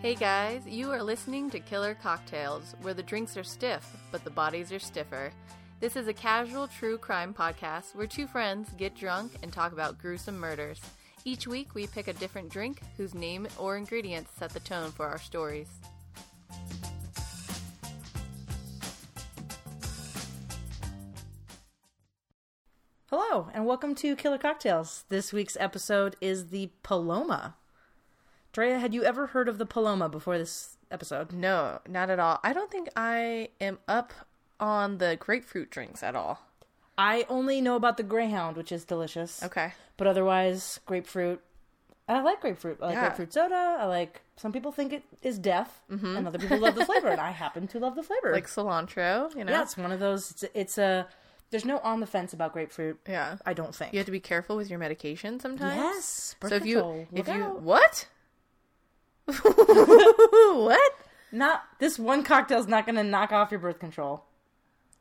Hey guys, you are listening to Killer Cocktails, where the drinks are stiff, but the bodies are stiffer. This is a casual true crime podcast where two friends get drunk and talk about gruesome murders. Each week, we pick a different drink whose name or ingredients set the tone for our stories. Hello, and welcome to Killer Cocktails. This week's episode is the Paloma. Drea, had you ever heard of the Paloma before this episode? No, not at all. I don't think I am up on the grapefruit drinks at all. I only know about the Greyhound, which is delicious. Okay. But otherwise, grapefruit. And I like grapefruit. I like Yeah. grapefruit soda. I like. Some people think it is death, and other people love the flavor, and I happen to love the flavor. Mm-hmm. Like cilantro, you know? yeah, it's one of those. It's, it's a. There's no on the fence about grapefruit. Yeah. I don't think. You have to be careful with your medication sometimes. Yes, birth So if control, you look if you out. what? what? not this one cocktail's not going to knock off your birth control.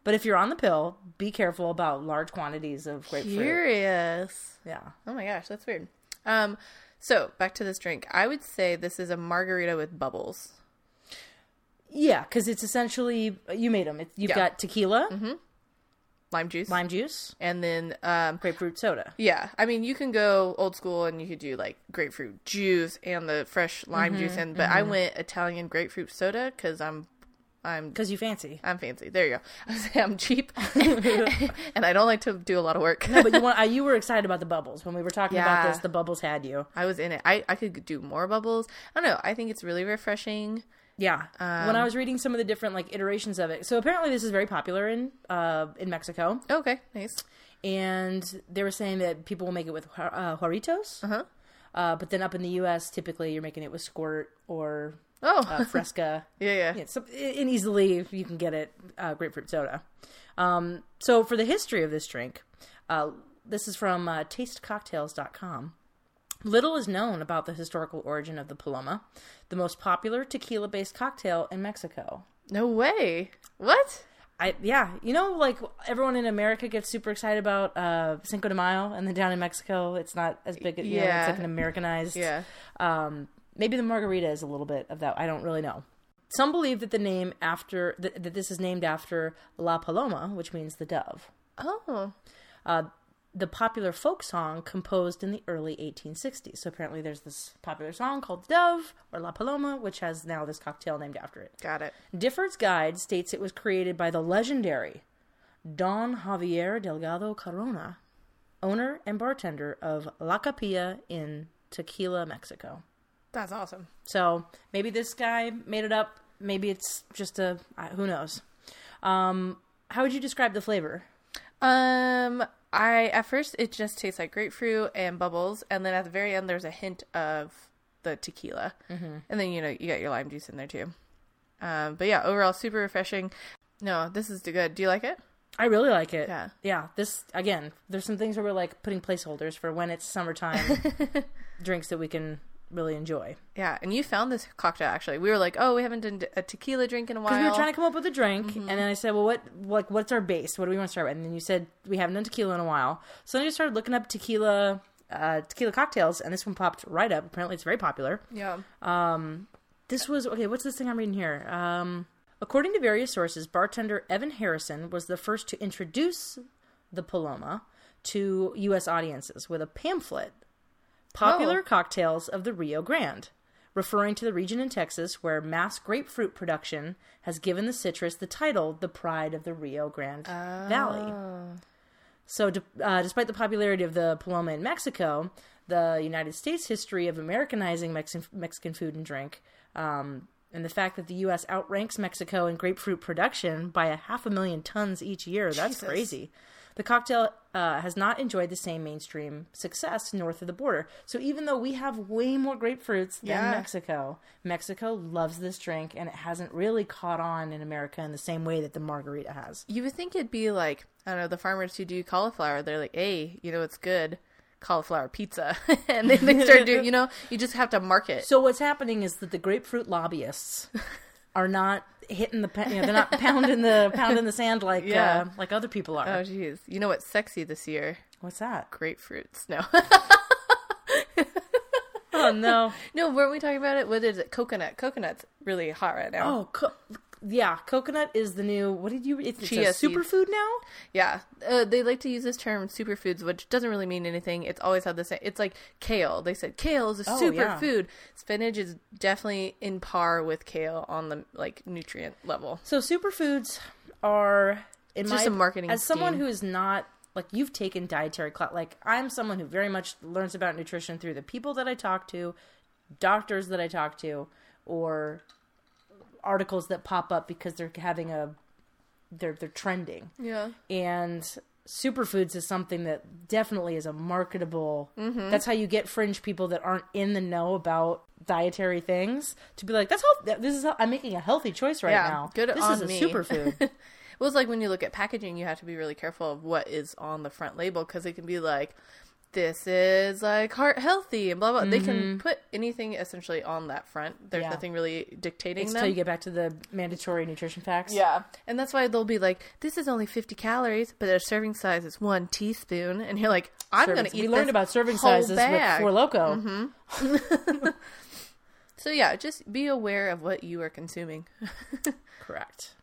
But if you're on the pill, be careful about large quantities of grapefruit. Curious. Yeah. Oh my gosh, that's weird. Um so back to this drink. I would say this is a margarita with bubbles. Yeah, cuz it's essentially you made them. Yeah. you've Mm-hmm. got tequila, Lime juice. lime juice, And then um grapefruit soda. yeah, I mean you can go old school and you could do like grapefruit juice and the fresh lime juice Mm-hmm, and but I went Italian grapefruit soda cuz I'm I'm Cuz you fancy. I'm fancy. There you go. I was I'm cheap and I don't like to do a lot of work. No, but you want I, you were excited about the bubbles when we were talking about Yeah. this. The bubbles had you. I was in it. I, I could do more bubbles. I don't know. I think it's really refreshing. Yeah. when um, I was reading some of the different like iterations of it. So apparently this is very popular in uh in Mexico. Okay, nice. and they were saying that people will make it with ju- uh, Juaritos. Uh-huh. but then up in the U.S., typically you're making it with Squirt or Oh, uh, Fresca. yeah, yeah. Yeah, so, and easily you can get it uh, grapefruit soda. Um, so for the history of this drink, uh, this is from uh, tastecocktails.com. Little is known about the historical origin of the Paloma, the most popular tequila-based cocktail in Mexico. No way. What? I yeah, you know, like everyone in America gets super excited about uh, Cinco de Mayo, and then down in Mexico, it's not as big. You know, Yeah. it's like an Americanized. Yeah. Um, maybe the margarita is a little bit of that. I don't really know. Some believe that the name after th- that this is named after La Paloma, which means the dove. Oh, The popular folk song composed in the early 1860s. So apparently, there's this popular song called "The Dove" or "La Paloma," which has now this cocktail named after it. got it. Difford's Guide states it was created by the legendary Don Javier Delgado Corona, owner and bartender of La Capilla in Tequila, Mexico. That's awesome. So maybe this guy made it up. Maybe it's just a I- who knows. Um, how would you describe the flavor? Um, I at first it just tastes like grapefruit and bubbles, and then at the very end there's a hint of the tequila, mm-hmm. and then you know you got your lime juice in there too. Um, but yeah, overall super refreshing. No, this is good. Do you like it? I really like it. Yeah. Yeah. This again, there's some things where we're like putting placeholders for when it's summertime drinks that we can really enjoy. Yeah, and you found this cocktail actually. We were like, oh, we haven't done a tequila drink in a while. Because we were trying to come up with a drink, and then I said, "Well, what, like, what's our base? What do we want to start with?" And then you said we haven't done tequila in a while, so then I just started looking up tequila, uh, tequila cocktails, and this one popped right up. Apparently, it's very popular. yeah. Um, This was okay. What's this thing I'm reading here? Um, according to various sources, bartender Evan Harrison was the first to introduce the Paloma to U.S. audiences with a pamphlet, "Popular Oh. Cocktails of the Rio Grande," referring to the region in Texas where mass grapefruit production has given the citrus the title "The Pride of the Rio Grande Valley." So, de- uh, despite the popularity of the Paloma in Mexico, the United States history of Americanizing Mexican Mexican food and drink, um, and the fact that the U.S. outranks Mexico in grapefruit production by a half a million tons each year—that's Jesus. crazy. The cocktail uh, has not enjoyed the same mainstream success north of the border. So, even though we have way more grapefruits than Yeah. Mexico, Mexico loves this drink, and it hasn't really caught on in America in the same way that the margarita has. You would think it'd be like, I don't know, the farmers who do cauliflower, they're like, hey, you know, it's good cauliflower pizza. and then they start doing, you know, you just have to market. So what's happening is that the grapefruit lobbyists are not hitting the pa- you know, they're not pounding the pounding the sand like Yeah. uh, like other people are. oh, jeez. You know what's sexy this year? What's that? Grapefruits. No. Oh no. No, weren't we talking about it? What is it? Coconut. Coconut's really hot right now. Oh, co- yeah. Coconut is the new. What did you? It's, it's Chia a seeds. superfood now. Yeah, uh, they like to use this term superfoods, which doesn't really mean anything. It's always had the same. It's like kale. They said kale is a Oh, yeah. superfood. Spinach is definitely in par with kale on the like nutrient level. So superfoods are in It's just my- a marketing as someone scheme. who is not like you've taken dietary class. Like I'm someone who very much learns about nutrition through the people that I talk to, doctors that I talk to, or articles that pop up because they're having a they're they're trending. Yeah, And superfoods is something that definitely is a marketable. Mm-hmm. That's how you get fringe people that aren't in the know about dietary things to be like, "That's how this is. How, I'm making a healthy choice right Yeah, now. good this is on a me." superfood." well, it's like when you look at packaging, you have to be really careful of what is on the front label because it can be like, this is like heart healthy and blah blah. They can put anything essentially on that front. There's Mm-hmm. Yeah. nothing really dictating Until them. you get back to the mandatory nutrition facts. Yeah. And that's why they'll be like, this is only 50 calories, but their serving size is one teaspoon. And you're like, I'm going Servings- to eat we learned this about serving whole sizes bag. Mm-hmm. with Four Loco. So, yeah, just be aware of what you are consuming. Correct.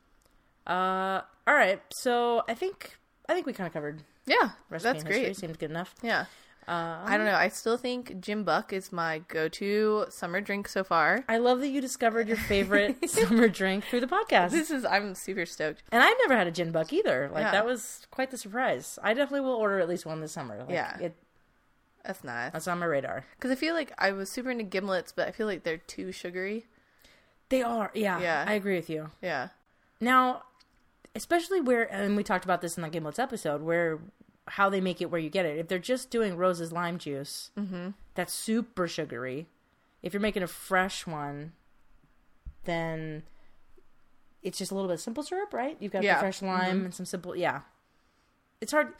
Uh, all right. So I think I think we kind of covered Yeah. recipe that's and history. great. Seems good enough. Yeah. Um, I don't know. I still think Jim Buck is my go to summer drink so far. I love that you discovered your favorite summer drink through the podcast. This is, I'm super stoked. And I've never had a gin buck either. Like Yeah. that was quite the surprise. I definitely will order at least one this summer. Like, Yeah. it, That's nice. that's on my radar. Because I feel like I was super into gimlets, but I feel like they're too sugary. They are, yeah. Yeah. I agree with you. Yeah. Now, especially where, and we talked about this in the Gimlet's episode, where how they make it where you get it. If they're just doing Rose's lime juice, Mm-hmm. that's super sugary. If you're making a fresh one, then it's just a little bit of simple syrup, right? You've got Yeah. Mm-hmm. the fresh lime and some simple, yeah. It's hard.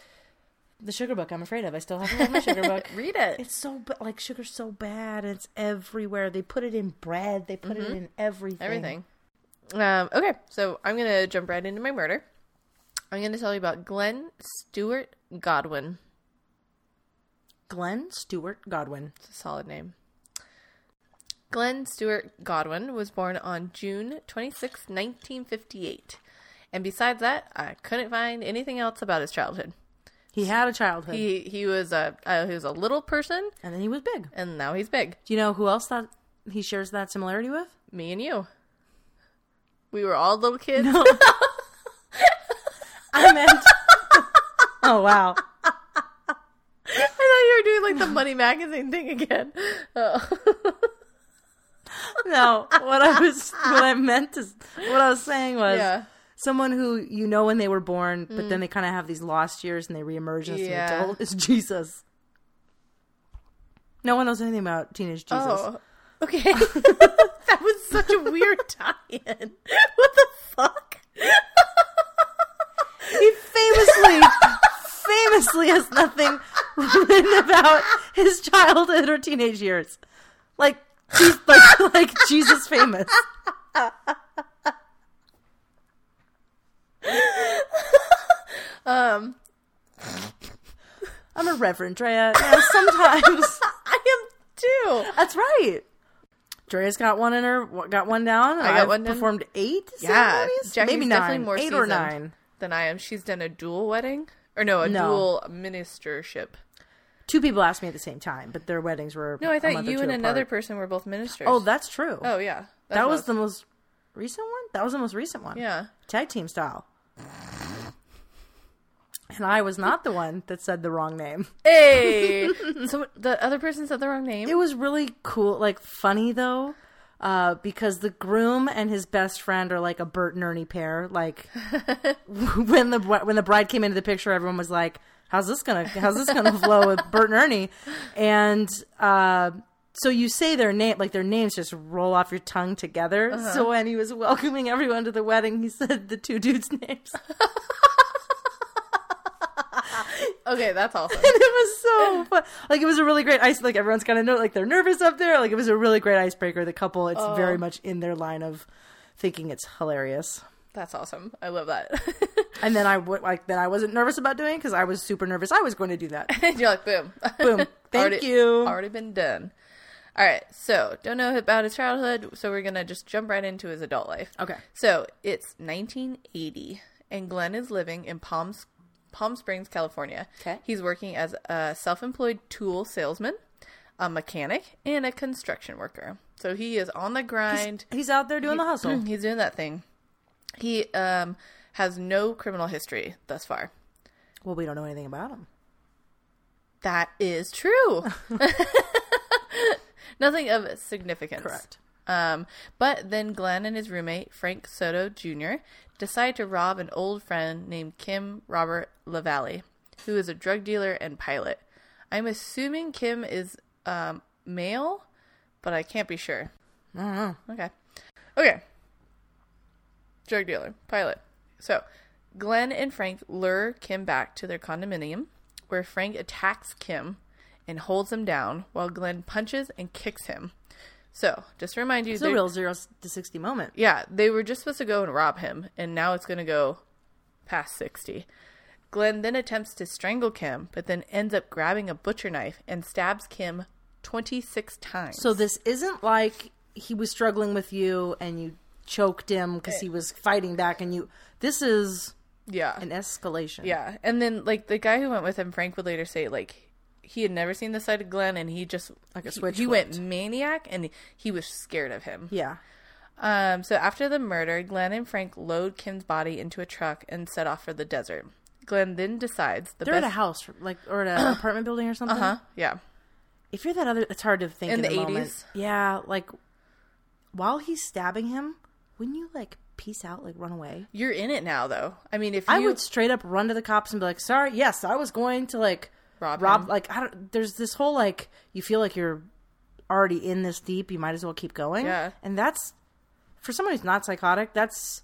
The sugar book, I'm afraid of. I still haven't read my sugar book. Read it. It's so ba- like sugar's so bad. and It's everywhere. They put it in bread. They put it in everything. Mm-hmm. Everything. Um, okay, so I'm going to jump right into my murder. I'm going to tell you about Glenn Stewart Godwin. Glenn Stewart Godwin. It's a solid name. Glenn Stewart Godwin was born on June 26, 1958. And besides that, I couldn't find anything else about his childhood. He had a childhood, He he was a uh, he was a little person, and then he was big. and now he's big. Do you know who else that he shares that similarity with? Me and you. We were all little kids. I meant. oh wow! I thought you were doing like the Money Magazine thing again. No, what I was, what I meant to, what I was saying was Yeah. someone who you know when they were born, but then they kind of have these lost years and they reemerge as Yeah. an adult. Is Jesus? No one knows anything about teenage Jesus. Oh, okay. that was such a weird tie-in. What the fuck? He famously, famously has nothing written about his childhood or teenage years. Like, he's like, like Jesus famous. Um, I'm a reverend, Drea. Yeah, sometimes I am too. that's right. Drea's got one in her, got one down. and I got I've one down. performed eight Yeah, ceremonies, Jackie's maybe definitely nine, more eight or seasoned. nine. Than I am. She's done a dual wedding, or no, a No. dual ministership. two people asked me at the same time, but their weddings were No, I a thought month or you two and another apart. person were both ministers. Oh, that's true. oh yeah, That's that was what- the most recent one. That was the most recent one. yeah. tag team style. And I was not the one that said the wrong name. Hey, so the other person said the wrong name. It was really cool, like funny though, uh, because the groom and his best friend are like a Bert and Ernie pair. Like when the when the bride came into the picture, everyone was like, "How's this gonna How's this gonna flow with Bert and Ernie?" And uh, so you say their name, like their names just roll off your tongue together. So when he was welcoming everyone to the wedding, he said the two dudes' names, and okay, that's awesome. it was so fun. Like it was a really great ice. Like everyone's kind of know, like they're nervous up there. Like it was a really great icebreaker. The couple, it's Oh. very much in their line of thinking it's hilarious. That's awesome. I love that. And then I w- like then I wasn't nervous about doing because I was super nervous. I was going to do that. You're like boom. Boom. Thank already, you. Already been done. All right, so don't know about his childhood, so we're gonna just jump right into his adult life. Okay. So it's 1980, and Glenn is living in Palm, Palm Springs, California. Okay. He's working as a self employed tool salesman, a mechanic, and a construction worker. So he is on the grind. He's out there doing the hustle. He's doing that thing. He um, has no criminal history thus far. Well, we don't know anything about him. That is true. Nothing of significance. Correct. Um, but then Glenn and his roommate, Frank Soto Jr., decide to rob an old friend named Kim Robert LaValle, who is a drug dealer and pilot. I'm assuming Kim is um, male, but I can't be sure. Okay. Okay. Drug dealer, pilot. So, Glenn and Frank lure Kim back to their condominium, where Frank attacks Kim and holds him down while Glenn punches and kicks him. So, just to remind you, It's a they're- real zero s- to sixty moment. yeah, they were just supposed to go and rob him, and now it's going to go past 60. Glenn then attempts to strangle Kim, but then ends up grabbing a butcher knife and stabs Kim 26 times. So this isn't like he was struggling with you and you choked him because Eh. he was fighting back and you. This is yeah. an escalation. Yeah, and then like the guy who went with him, Frank would later say like he had never seen the side of Glenn, and he just Like a he- switch He flipped. went maniac, and he was scared of him. Yeah. Um, so after the murder, Glenn and Frank load Kim's body into a truck and set off for the desert. Glenn then decides the They're best. at a house, like or at an apartment building or something. huh? Yeah. If you're that other, it's hard to think Uh-huh. In in the a moment. 80s? Yeah, like while he's stabbing him, wouldn't you like peace out, like run away? You're in it now, though. I mean, if you, I would straight up run to the cops and be like, "Sorry, yes, I was going to like Rob him. like I don't. There's this whole like you feel like you're already in this deep. You might as well keep going. Yeah. and that's for someone who's not psychotic. That's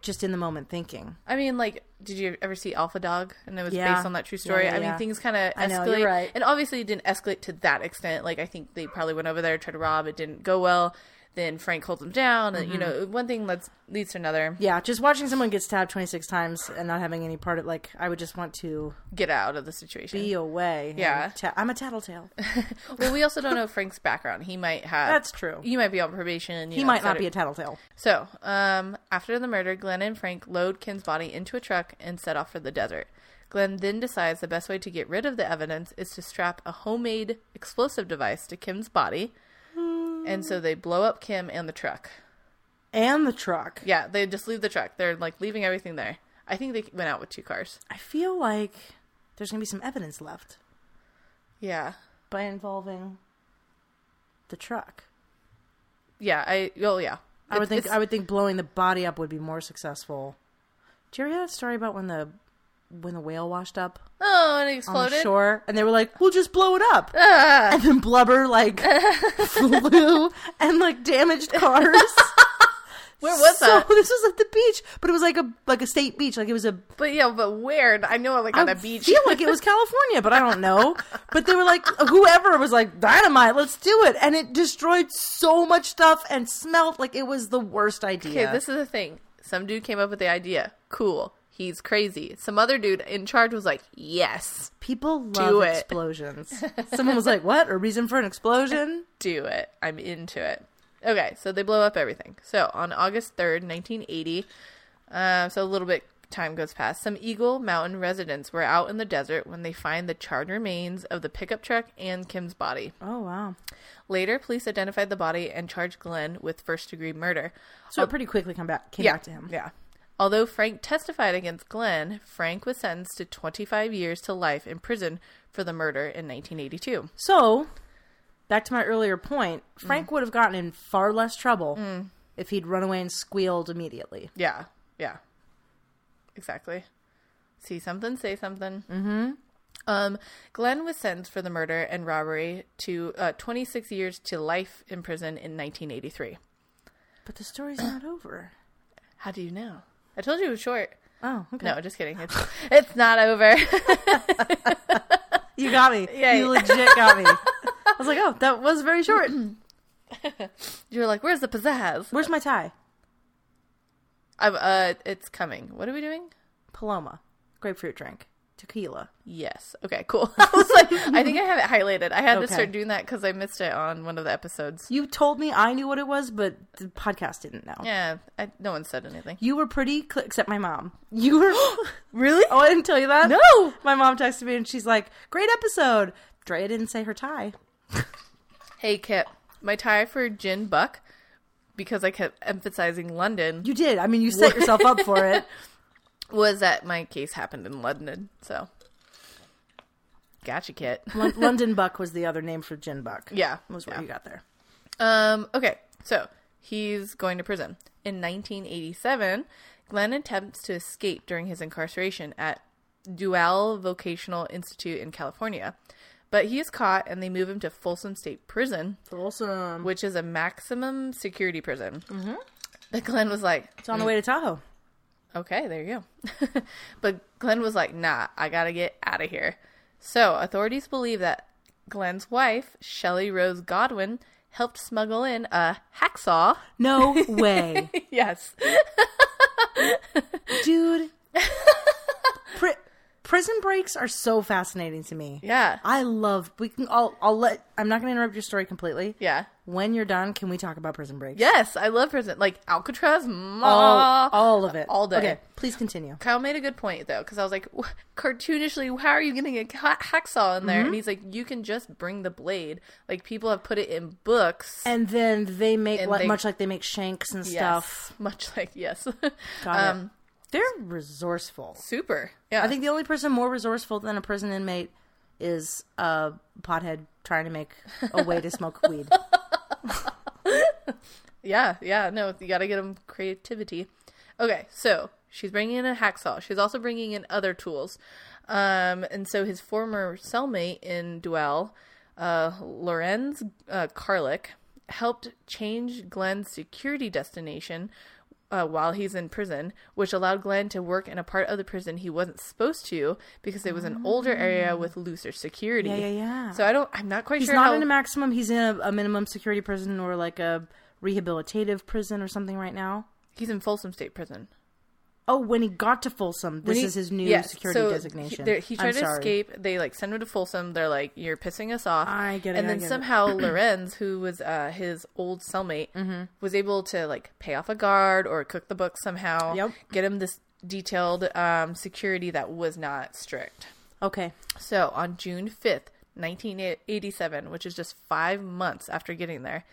just in the moment thinking. I mean, like, did you ever see Alpha Dog? And it was Yeah. based on that true story. Yeah, yeah, I mean, yeah. things kind of I escalate, know, you're right. and obviously it didn't escalate to that extent. Like, I think they probably went over there, tried to rob, it didn't go well. Then Frank holds him down, and you Mm-hmm. know, one thing leads leads to another. Yeah, just watching someone get stabbed 26 times and not having any part of like I would just want to Get out of the situation. be away. and Yeah. ta- I'm a tattletale. well, we also don't know Frank's background. He might have. That's true. You might be on probation. You He know, might not so- be a tattletale. So, um, after the murder, Glenn and Frank load Kim's body into a truck and set off for the desert. Glenn then decides the best way to get rid of the evidence is to strap a homemade explosive device to Kim's body. And so they blow up Kim and the truck. And the truck. Yeah, they just leave the truck. They're like leaving everything there. I think they went out with two cars. I feel like there's gonna be some evidence left Yeah. by involving the truck. Yeah, I well yeah. I would It's- think it's- I would think blowing the body up would be more successful. Did you ever hear that story about when the when the whale washed up Oh, and it on exploded. the shore and they were like, "We'll just blow it up," and then blubber like flew and like damaged cars. Where was so that? this was at the beach, but it was like a like a state beach, like it was a But yeah, but where? I know like on I a beach. feel like it was California, but I don't know. But they were like, whoever was like, dynamite, let's do it. And it destroyed so much stuff and smelled like it was the worst idea. Okay, this is the thing. Some dude came up with the idea. Cool. He's crazy. Some other dude in charge was like, yes, People Do love it. explosions. Someone was like, what? A reason for an explosion? do it. I'm into it. Okay, so they blow up everything. So on August 3rd, 1980, uh, so a little bit time goes past, some Eagle Mountain residents were out in the desert when they find the charred remains of the pickup truck and Kim's body. Oh, wow. Later, police identified the body and charged Glenn with first degree murder. So it pretty quickly come back, came back to him. Oh. Yeah. Although Frank testified against Glenn, Frank was sentenced to 25 years to life in prison for the murder in 1982. So, back to my earlier point, Mm. Frank would have gotten in far less trouble if he'd run away and squealed immediately. Yeah. Yeah. Exactly. See something, say something. Mm hmm. Mm-hmm. Um, Glenn was sentenced for the murder and robbery to uh, 26 years to life in prison in 1983. But the story's not over. How do you know? I told you it was short. Oh, okay. No, just kidding. It's, it's not over. You got me. Yeah, you yeah. legit got me. I was like, oh, that was very short. you were like, where's the pizzazz? Where's my tie? I'm, uh, it's coming. What are we doing? Paloma. Grapefruit drink. tequila. Yes. Okay, cool. I was like, I think I have it highlighted. I had to Okay. start doing that because I missed it on one of the episodes. You told me I knew what it was, but the podcast didn't know. Yeah, I, no one said anything. You were pretty, cl- except my mom. You were. Really? oh, I didn't tell you that? No. My mom texted me and she's like, great episode. Drea didn't say her tie. Hey, Kip, my tie for Gin Buck, because I kept emphasizing London, You did. I mean, you set yourself up for it. was that my case happened in London. So, gotcha, Kit. Lon- London Buck was the other name for gin buck. Yeah, Was where yeah. you got there. Um, okay, so he's going to prison. In 1987, Glenn attempts to escape during his incarceration at Dual Vocational Institute in California, but he is caught and they move him to Folsom State Prison, Awesome. which is a maximum security prison. Mm-hmm. But Glenn was like, It's on the way to Tahoe. Okay, there you go. but Glenn was like, nah, I gotta get out of here. So authorities believe that Glenn's wife, Shelley Rose Godwin, helped smuggle in a hacksaw. No way. yes. Dude. Pri- prison breaks are so fascinating to me. Yeah. I love, we can, I'll, I'll let, I'm not going to interrupt your story completely. Yeah. When you're done, can we talk about prison breaks? Yes, I love prison. Like Alcatraz, ma. all, all of it. All day. Okay, please continue. Kyle made a good point though, because I was like, "Wh- cartoonishly, how are you getting a ha- hacksaw in there? Mm-hmm. And he's like, you can just bring the blade. Like people have put it in books. And then they make And like, they- much like they make shanks and stuff. Yes. Much like yes. Got um, it. They're resourceful. Super. Yeah. I think the only person more resourceful than a prison inmate is a pothead trying to make a way to smoke weed. Yeah, yeah, no, you gotta get them creativity. Okay, so she's bringing in a hacksaw. She's also bringing in other tools. Um, and so his former cellmate in Duell, uh, Lorenz uh, Karlik, helped change Glenn's security destination uh, while he's in prison, which allowed Glenn to work in a part of the prison he wasn't supposed to because it was an older area with looser security. Mm. Yeah, yeah, yeah. So I don't, I'm not quite He's sure not how. in a maximum. He's in a, a minimum security prison or like a rehabilitative prison or something right now. he's in Folsom State Prison. Oh, when he got to Folsom, this When he- is his new yeah, security so He, designation. there- he I'm tried to sorry. escape. They like send him to Folsom. They're like, "You're pissing us off." I get it, And I then get it. somehow Lorenz, who was uh, his old cellmate, Mm-hmm. was able to like pay off a guard or cook the book somehow. Yep. Get him this detailed um, security that was not strict. Okay. So on June 5th, 1987, which is just five months after getting there,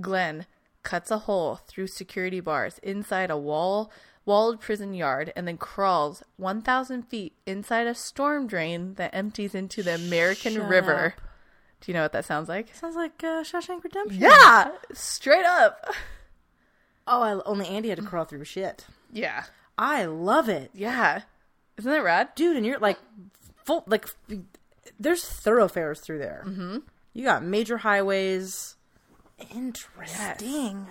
Glenn cuts a hole through security bars inside a wall walled prison yard and then crawls 1,000 feet inside a storm drain that empties into the American Shut River. Do you know what that sounds like? Sounds like uh, Shawshank Redemption. Yeah, straight up. Oh, I, only Andy had to crawl through shit. Yeah, I love it. yeah. Isn't that rad? dude, and you're like full like there's thoroughfares through there. Mm-hmm. You got major highways. Interesting.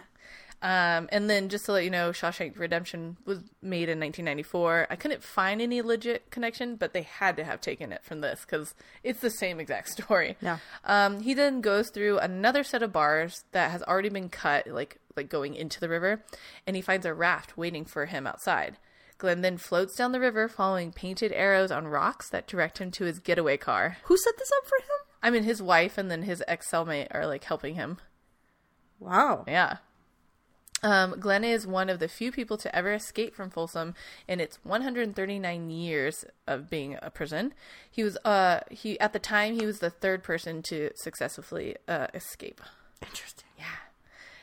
Um, and then just to let you know, Shawshank Redemption was made in 1994. I couldn't find any legit connection, but they had to have taken it from this because it's the same exact story. Yeah. Um, he then goes through another set of bars that has already been cut, like like going into the river, and he finds a raft waiting for him outside. Glenn then floats down the river, following painted arrows on rocks that direct him to his getaway car. Who set this up for him? I mean, his wife and then his ex cellmate are like helping him. Wow. Yeah. Um, Glenn is one of the few people to ever escape from Folsom in its 139 years of being a prison. He was uh he at the time he was the third person to successfully uh, escape. Interesting.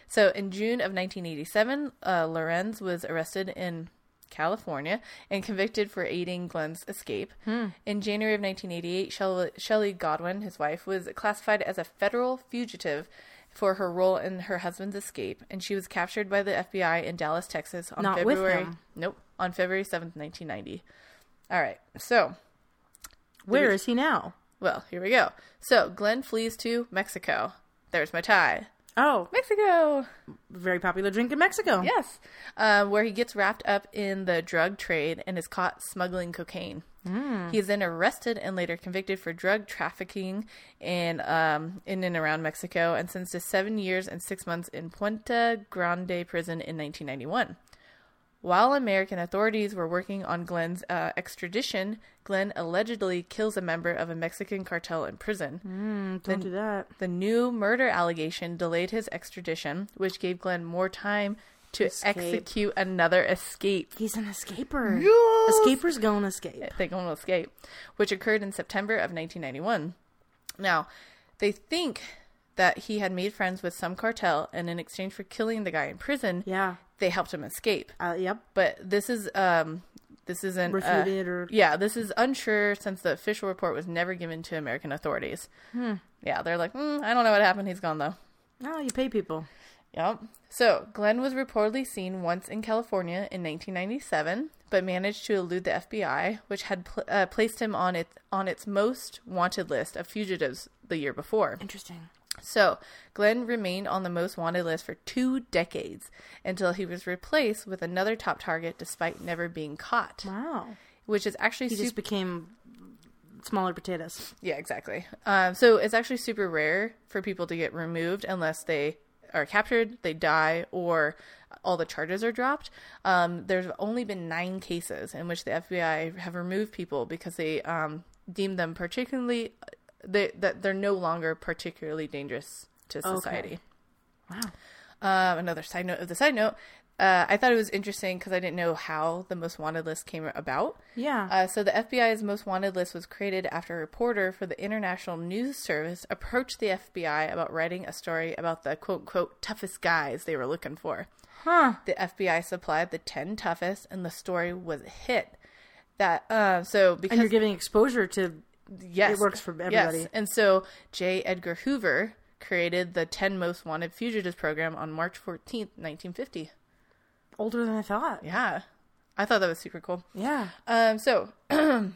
So in June of 1987, uh, Lorenz was arrested in California and convicted for aiding Glenn's escape. Hmm. In January of 1988, Shell- Shelley Godwin, his wife, was classified as a federal fugitive for her role in her husband's escape, and she was captured by the FBI in Dallas, Texas, on Not with February. him. Nope, on February 7th, 1990. All right, so Where is he now? well, here we go. So Glenn flees to Mexico. There's my tie. Oh, Mexico. very popular drink in Mexico. Yes, um, where he gets wrapped up in the drug trade and is caught smuggling cocaine. He is then arrested and later convicted for drug trafficking in um, in and around Mexico, and sentenced to seven years and six months in Puente Grande prison in 1991. While American authorities were working on Glenn's uh, extradition, Glenn allegedly kills a member of a Mexican cartel in prison. Mm, Don't do that. The new murder allegation delayed his extradition, which gave Glenn more time to Escape. execute another escape. He's an escaper. Yes! Escapers gonna escape. They going to escape, which occurred in September of 1991. Now, they think that he had made friends with some cartel, and in exchange for killing the guy in prison, Yeah. they helped him escape. Uh, yep. But this is um, this isn't uh, Refuted or- yeah, this is unsure since the official report was never given to American authorities. Hmm. Yeah, they're like, mm, I don't know what happened. He's gone though. Oh, you pay people. Yep. So Glenn was reportedly seen once in California in 1997, but managed to elude the FBI, which had pl- uh, placed him on its on its most wanted list of fugitives the year before. Interesting. So Glenn remained on the most wanted list for two decades until he was replaced with another top target, despite never being caught, Wow. which is actually He super. just became smaller potatoes. Yeah, exactly. Um, so it's actually super rare for people to get removed unless they are captured, they die, or all the charges are dropped. Um, there's only been nine cases in which the FBI have removed people because they um, deem them particularly they, that they're no longer particularly dangerous to society. Wow. Um, another side note of the side note. Uh, I thought it was interesting because I didn't know how the most wanted list came about. Yeah. Uh, so the FBI's most wanted list was created after a reporter for the International News Service approached the FBI about writing a story about the quote unquote toughest guys they were looking for. huh. The FBI supplied the ten toughest, and the story was a hit. That uh, so because And you're giving exposure to yes, It works for everybody. And so J. Edgar Hoover created the ten most wanted fugitives program on March fourteenth, nineteen fifty. older than I thought. Yeah, I thought that was super cool. Yeah. Um, so,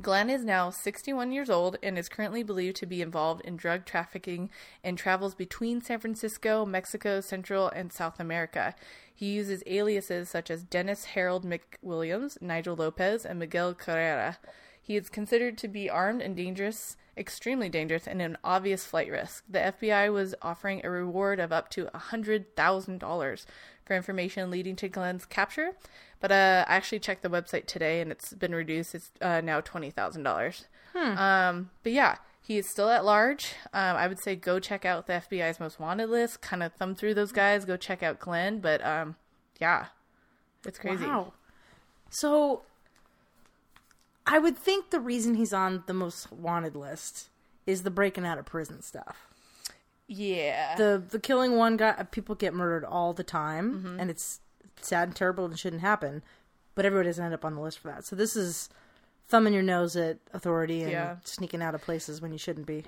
Glenn is now 61 years old and is currently believed to be involved in drug trafficking and travels between San Francisco, Mexico, Central, and South America. He uses aliases such as Dennis Harold McWilliams, Nigel Lopez, and Miguel Carrera. He is considered to be armed and dangerous, extremely dangerous, and an obvious flight risk. The FBI was offering a reward of up to $100,000 for information leading to Glenn's capture, but uh, I actually checked the website today and it's been reduced. It's uh, now $20,000. Um, but yeah, he is still at large. Um, I would say go check out the FBI's most wanted list, kind of thumb through those guys, go check out Glenn, but um, yeah, it's crazy. Wow. So I would think the reason he's on the most wanted list is the breaking out of prison stuff. Yeah. The the killing one guy people get murdered all the time Mm-hmm. and it's sad and terrible and shouldn't happen, but everybody doesn't end up on the list for that. So this is thumbing your nose at authority and Yeah. sneaking out of places when you shouldn't be.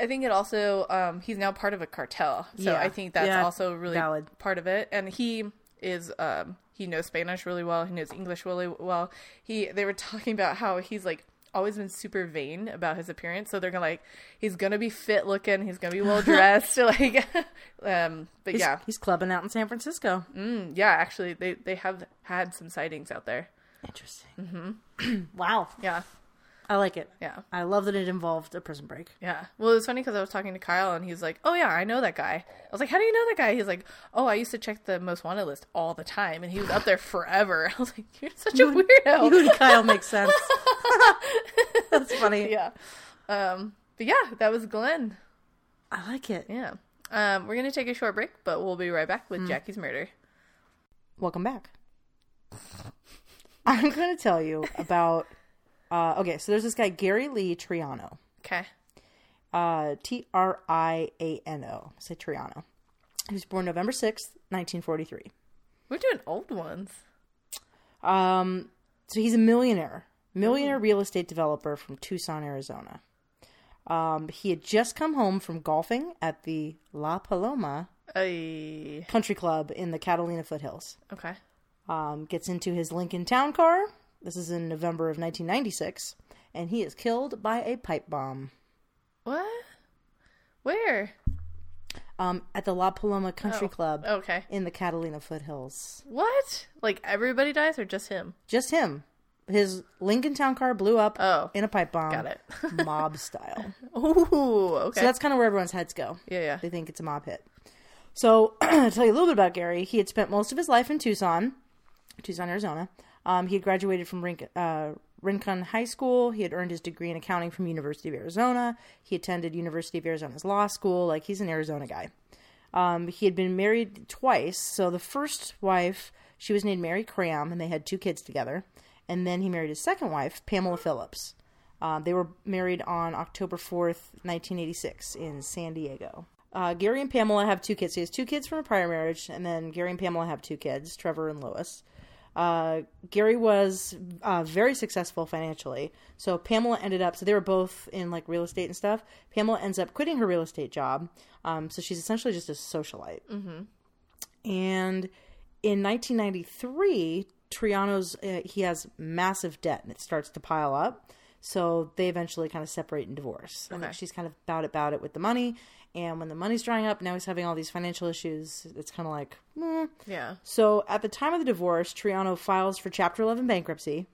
I think it also um, he's now part of a cartel, so Yeah. I think that's Yeah. also really Valid. part of it. And he is um, he knows Spanish really well. He knows English really well. He they were talking about how he's like always been super vain about his appearance. So they're gonna like he's gonna be fit looking. He's gonna be well dressed. like, um, but He's, yeah, he's clubbing out in San Francisco. Mm, yeah. Actually, they they have had some sightings out there. Interesting. Mm-hmm. wow. Yeah, I like it. yeah. I love that it involved a prison break. Yeah. Well, it was funny because I was talking to Kyle and he's like, "Oh yeah, I know that guy." I was like, "How do you know that guy?" He's like, "Oh, I used to check the most wanted list all the time, and he was up there forever." I was like, "You're such a You weirdo." and Kyle make sense. That's funny. yeah. Um. But yeah, that was Glenn. I like it. Yeah. Um. We're gonna take a short break, but we'll be right back with Jackie's murder. Welcome back. I'm going to tell you about. Uh, okay, so there's this guy Gary Lee Triano, Okay. uh, T R I A N O. Say Triano. He was born November sixth, nineteen forty three. We're doing old ones. Um, so he's a millionaire, millionaire real estate developer from Tucson, Arizona. Um, he had just come home from golfing at the La Paloma Ay. Country Club in the Catalina foothills. Okay. um, gets into his Lincoln Town Car. This is in November of 1996, and he is killed by a pipe bomb What? Where? um, at the La Paloma Country Oh. Club Okay. in the Catalina foothills. What? Like everybody dies or just him? Just him. His Lincoln Town Car blew up Oh. in a pipe bomb. Got it. mob style. Ooh. Okay. So that's kind of where everyone's heads go. yeah. Yeah. They think it's a mob hit. So, to tell you a little bit about Gary, he had spent most of his life in Tucson Tucson, Arizona. Um, he had graduated from Rink, uh, Rincon High School. He had earned his degree in accounting from University of Arizona. He attended University of Arizona's law school. Like he's an Arizona guy. Um, he had been married twice. So the first wife, she was named Mary Cram, and they had two kids together. And then he married his second wife, Pamela Phillips. Uh, they were married on October 4th, 1986, in San Diego. Uh, Gary and Pamela have two kids. He has two kids from a prior marriage, and then Gary and Pamela have two kids, Trevor and Lois. Uh, Gary was uh, very successful financially. So Pamela ended up, so they were both in like real estate and stuff. Pamela ends up quitting her real estate job. Um, so she's essentially just a socialite. And in 1993, Triano's uh, he has massive debt and it starts to pile up. So they eventually kind of separate and divorce. I Okay. think she's kind of about about it with the money. And when the money's drying up, now he's having all these financial issues. It's kind of like, meh. Yeah. So at the time of the divorce, Triano files for Chapter 11 bankruptcy.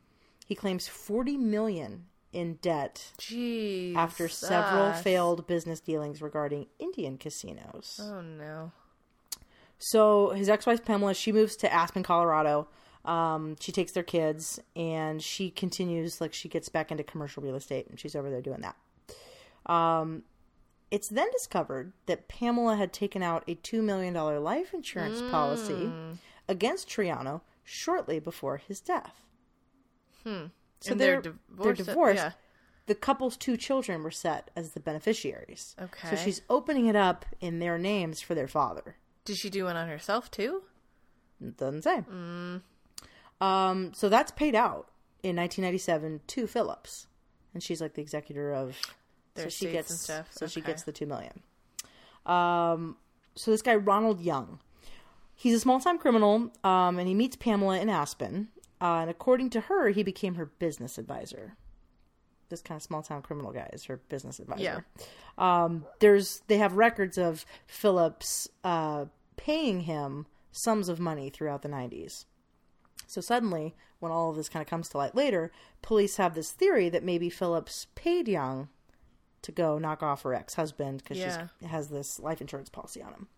He claims 40 million in debt Jeez. after several failed business dealings regarding Indian casinos. Oh no. So his ex-wife Pamela, she moves to Aspen, Colorado. Um, she takes their kids and she continues like she gets back into commercial real estate and she's over there doing that. Um, it's then discovered that Pamela had taken out a two million dollar life insurance Hmm. policy against Triano shortly before his death. Hmm. So And they're they're they're divorced. divorced at- yeah. The couple's two children were set as the beneficiaries. So Okay. she's opening it up in their names for their father. Did she do one on herself too? It doesn't say. Mm. Um, so that's paid out in 1997 to Phillips, and she's like the executor of. Their so she estates gets and stuff. so she Okay. gets the two million. Um, so this guy Ronald Young, he's a small-time criminal, um, and he meets Pamela in Aspen, uh, and according to her, he became her business advisor. This kind of small-town criminal guy is her business advisor Yeah. there's they have records of Phillips uh, paying him sums of money throughout the 90s. So suddenly, when all of this kind of comes to light later, police have this theory that maybe Phillips paid Young to go knock off her ex-husband because Yeah. she has this life insurance policy on him.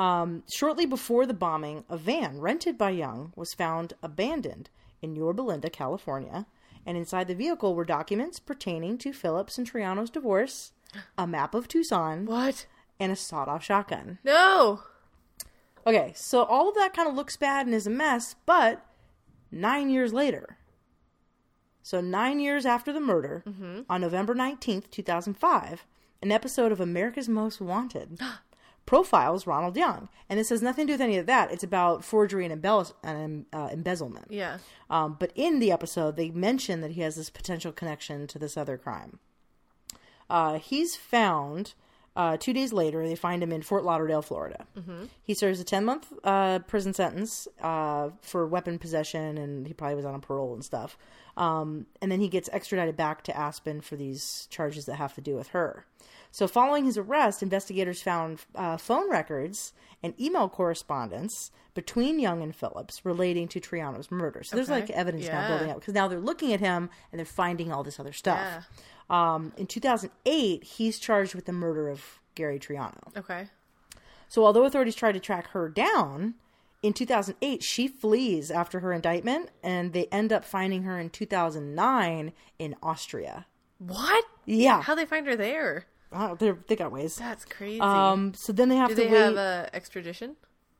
Um, shortly before the bombing, a van rented by Young was found abandoned in Yorba Linda, California, and inside the vehicle were documents pertaining to Phillips and Triano's divorce, a map of Tucson, What? and a sawed-off shotgun. No. Okay, so all of that kind of looks bad and is a mess, but nine years later, so nine years after the murder, on November 19th, 2005, an episode of America's Most Wanted profiles Ronald Young. And this has nothing to do with any of that. It's about forgery and, embellish- and uh, embezzlement. Yeah. Um, but in the episode, they mention that he has this potential connection to this other crime. Uh, he's found uh, two days later. They find him in Fort Lauderdale, Florida. Mm-hmm. He serves a 10 month uh, prison sentence uh, for weapon possession, and he probably was on a parole and stuff. Um, and then he gets extradited back to Aspen for these charges that have to do with her. So, following his arrest, investigators found uh, phone records and email correspondence between Young and Phillips relating to Triano's murder. So, there's Okay. like evidence now Yeah. building up because now they're looking at him and they're finding all this other stuff. Yeah. Um, in 2008, he's charged with the murder of Gary Triano. Okay. So, although authorities tried to track her down, in 2008, she flees after her indictment, and they end up finding her in 2009 in Austria. What? Yeah, How they find her there? Oh, they're- they got ways. That's crazy. Um, so then they have Do to they wait. have uh, extradition?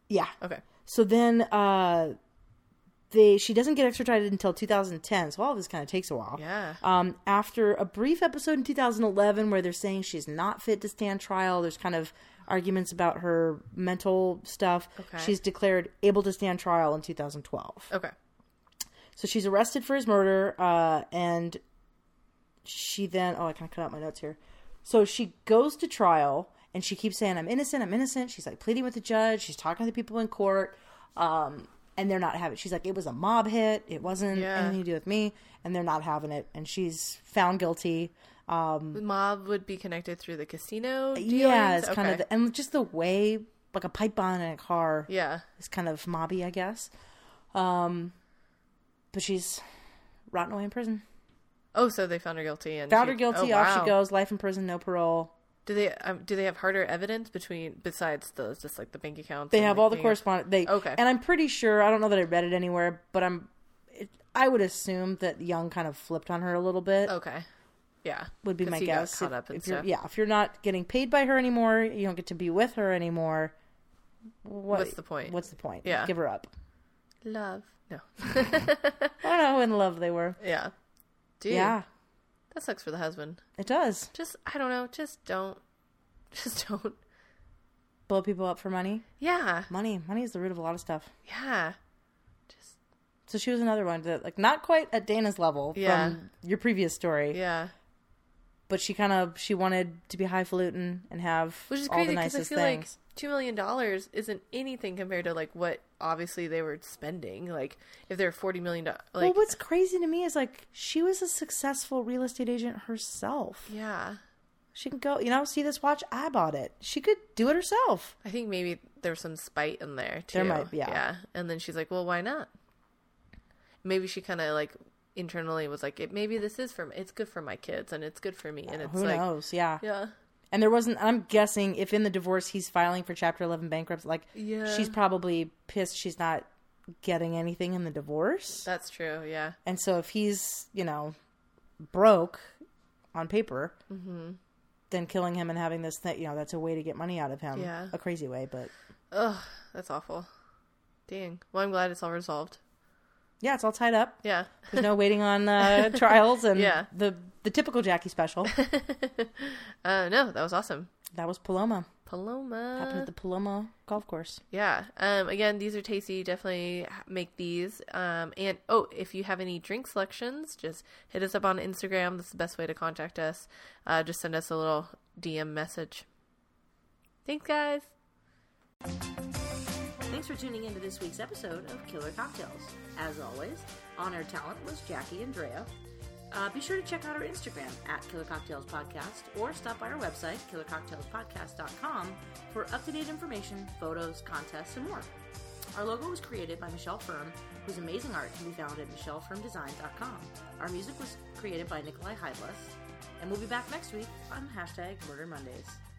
yeah. Okay. So then, uh, they she doesn't get extradited until 2010. So all of this kind of takes a while. Yeah. Um, after a brief episode in 2011 where they're saying she's not fit to stand trial, there's kind of arguments about her mental stuff. Okay. She's declared able to stand trial in 2012. Okay. So she's arrested for his murder, uh, and she then oh I kind of cut out my notes here. So she goes to trial and she keeps saying I'm innocent, I'm innocent. She's like pleading with the judge. She's talking to the people in court, um, and they're not having. She's like it was a mob hit. It wasn't Yeah. anything to do with me, and they're not having it. And she's found guilty. The mob would be connected through the casino. Dealings? mm. Yeah, it's kind of Okay. the, and just the way like a pipe bomb in a car yeah. is kind of mobby, I guess. Um, but she's rotten away in prison. Oh, so they found her guilty and Found she- her guilty. Oh, Off wow. she goes. Life in prison, no parole. Do they um, do they have harder evidence between besides those just like the bank accounts? They and, have like, all the being- correspondence. They Oh Okay. and I'm pretty sure I don't know that I read it anywhere, but I'm. It, I would assume that Young kind of flipped on her a little bit. Okay, yeah, would be Oh, 'Cause my he got guess. caught if, up and if you're, stuff. yeah, if you're not getting paid by her anymore, you don't get to be with her anymore. What, What's the point? What's the point? Yeah. give her up. Love. No. I don't know how in love they were. Yeah. Dude, Yeah, that sucks for the husband. it does Just I don't know. Just don't. Just don't. blow people up for money. Yeah. Money, money is the root of a lot of stuff. Yeah. Just So she was another one that, like, not quite at Dana's level Yeah. from your previous story, yeah. but she kind of she wanted to be highfalutin and have Which is all crazy the because I nicest feel like things. two million dollars isn't anything compared to like what obviously they were spending. Like if they're forty million dollars, like well, what's crazy to me is like she was a successful real estate agent herself. yeah. She can go, you know, see this watch. I bought it. She could do it herself. I think maybe there's some spite in there too. There might be, yeah. Yeah. And then she's like, "Well, why not?" Maybe she kind of like internally was like, "It maybe this is for m- it's good for my kids and it's good for me." And it's Uh, Who like, knows? Yeah. yeah, And there wasn't. I'm guessing if in the divorce he's filing for Chapter 11 bankruptcy, like Yeah. she's probably pissed she's not getting anything in the divorce. that's true. Yeah, And so if he's you know broke on paper, Mm-hmm. then killing him and having this thing, you know, that's a way to get money out of him. Yeah. A crazy way, but ugh, that's awful. Dang. Well, I'm glad it's all resolved. yeah, it's all tied up. Yeah. There's no waiting on uh, trials and Yeah. the the typical Jackie special. Uh, no, that was awesome. That was Paloma. Paloma. Happened at the Paloma golf course. Yeah. Um, again, these are tasty. Definitely ha- make these. Um, and oh, if you have any drink selections, just hit us up on Instagram. That's the best way to contact us. Uh, just send us a little DM message. Thanks, guys. Thanks for tuning into this week's episode of Killer Cocktails. As always, on air talent was Jackie Andrea. Uh, be sure to check out our Instagram at Killer Cocktails Podcast or stop by our website, killercocktailspodcast.com, for up to date information, photos, contests, and more. Our logo was created by Michelle Firm, whose amazing art can be found at michellefirmdesign.com. Our music was created by Nikolai Heidless, and we'll be back next week on hashtag Murder Mondays.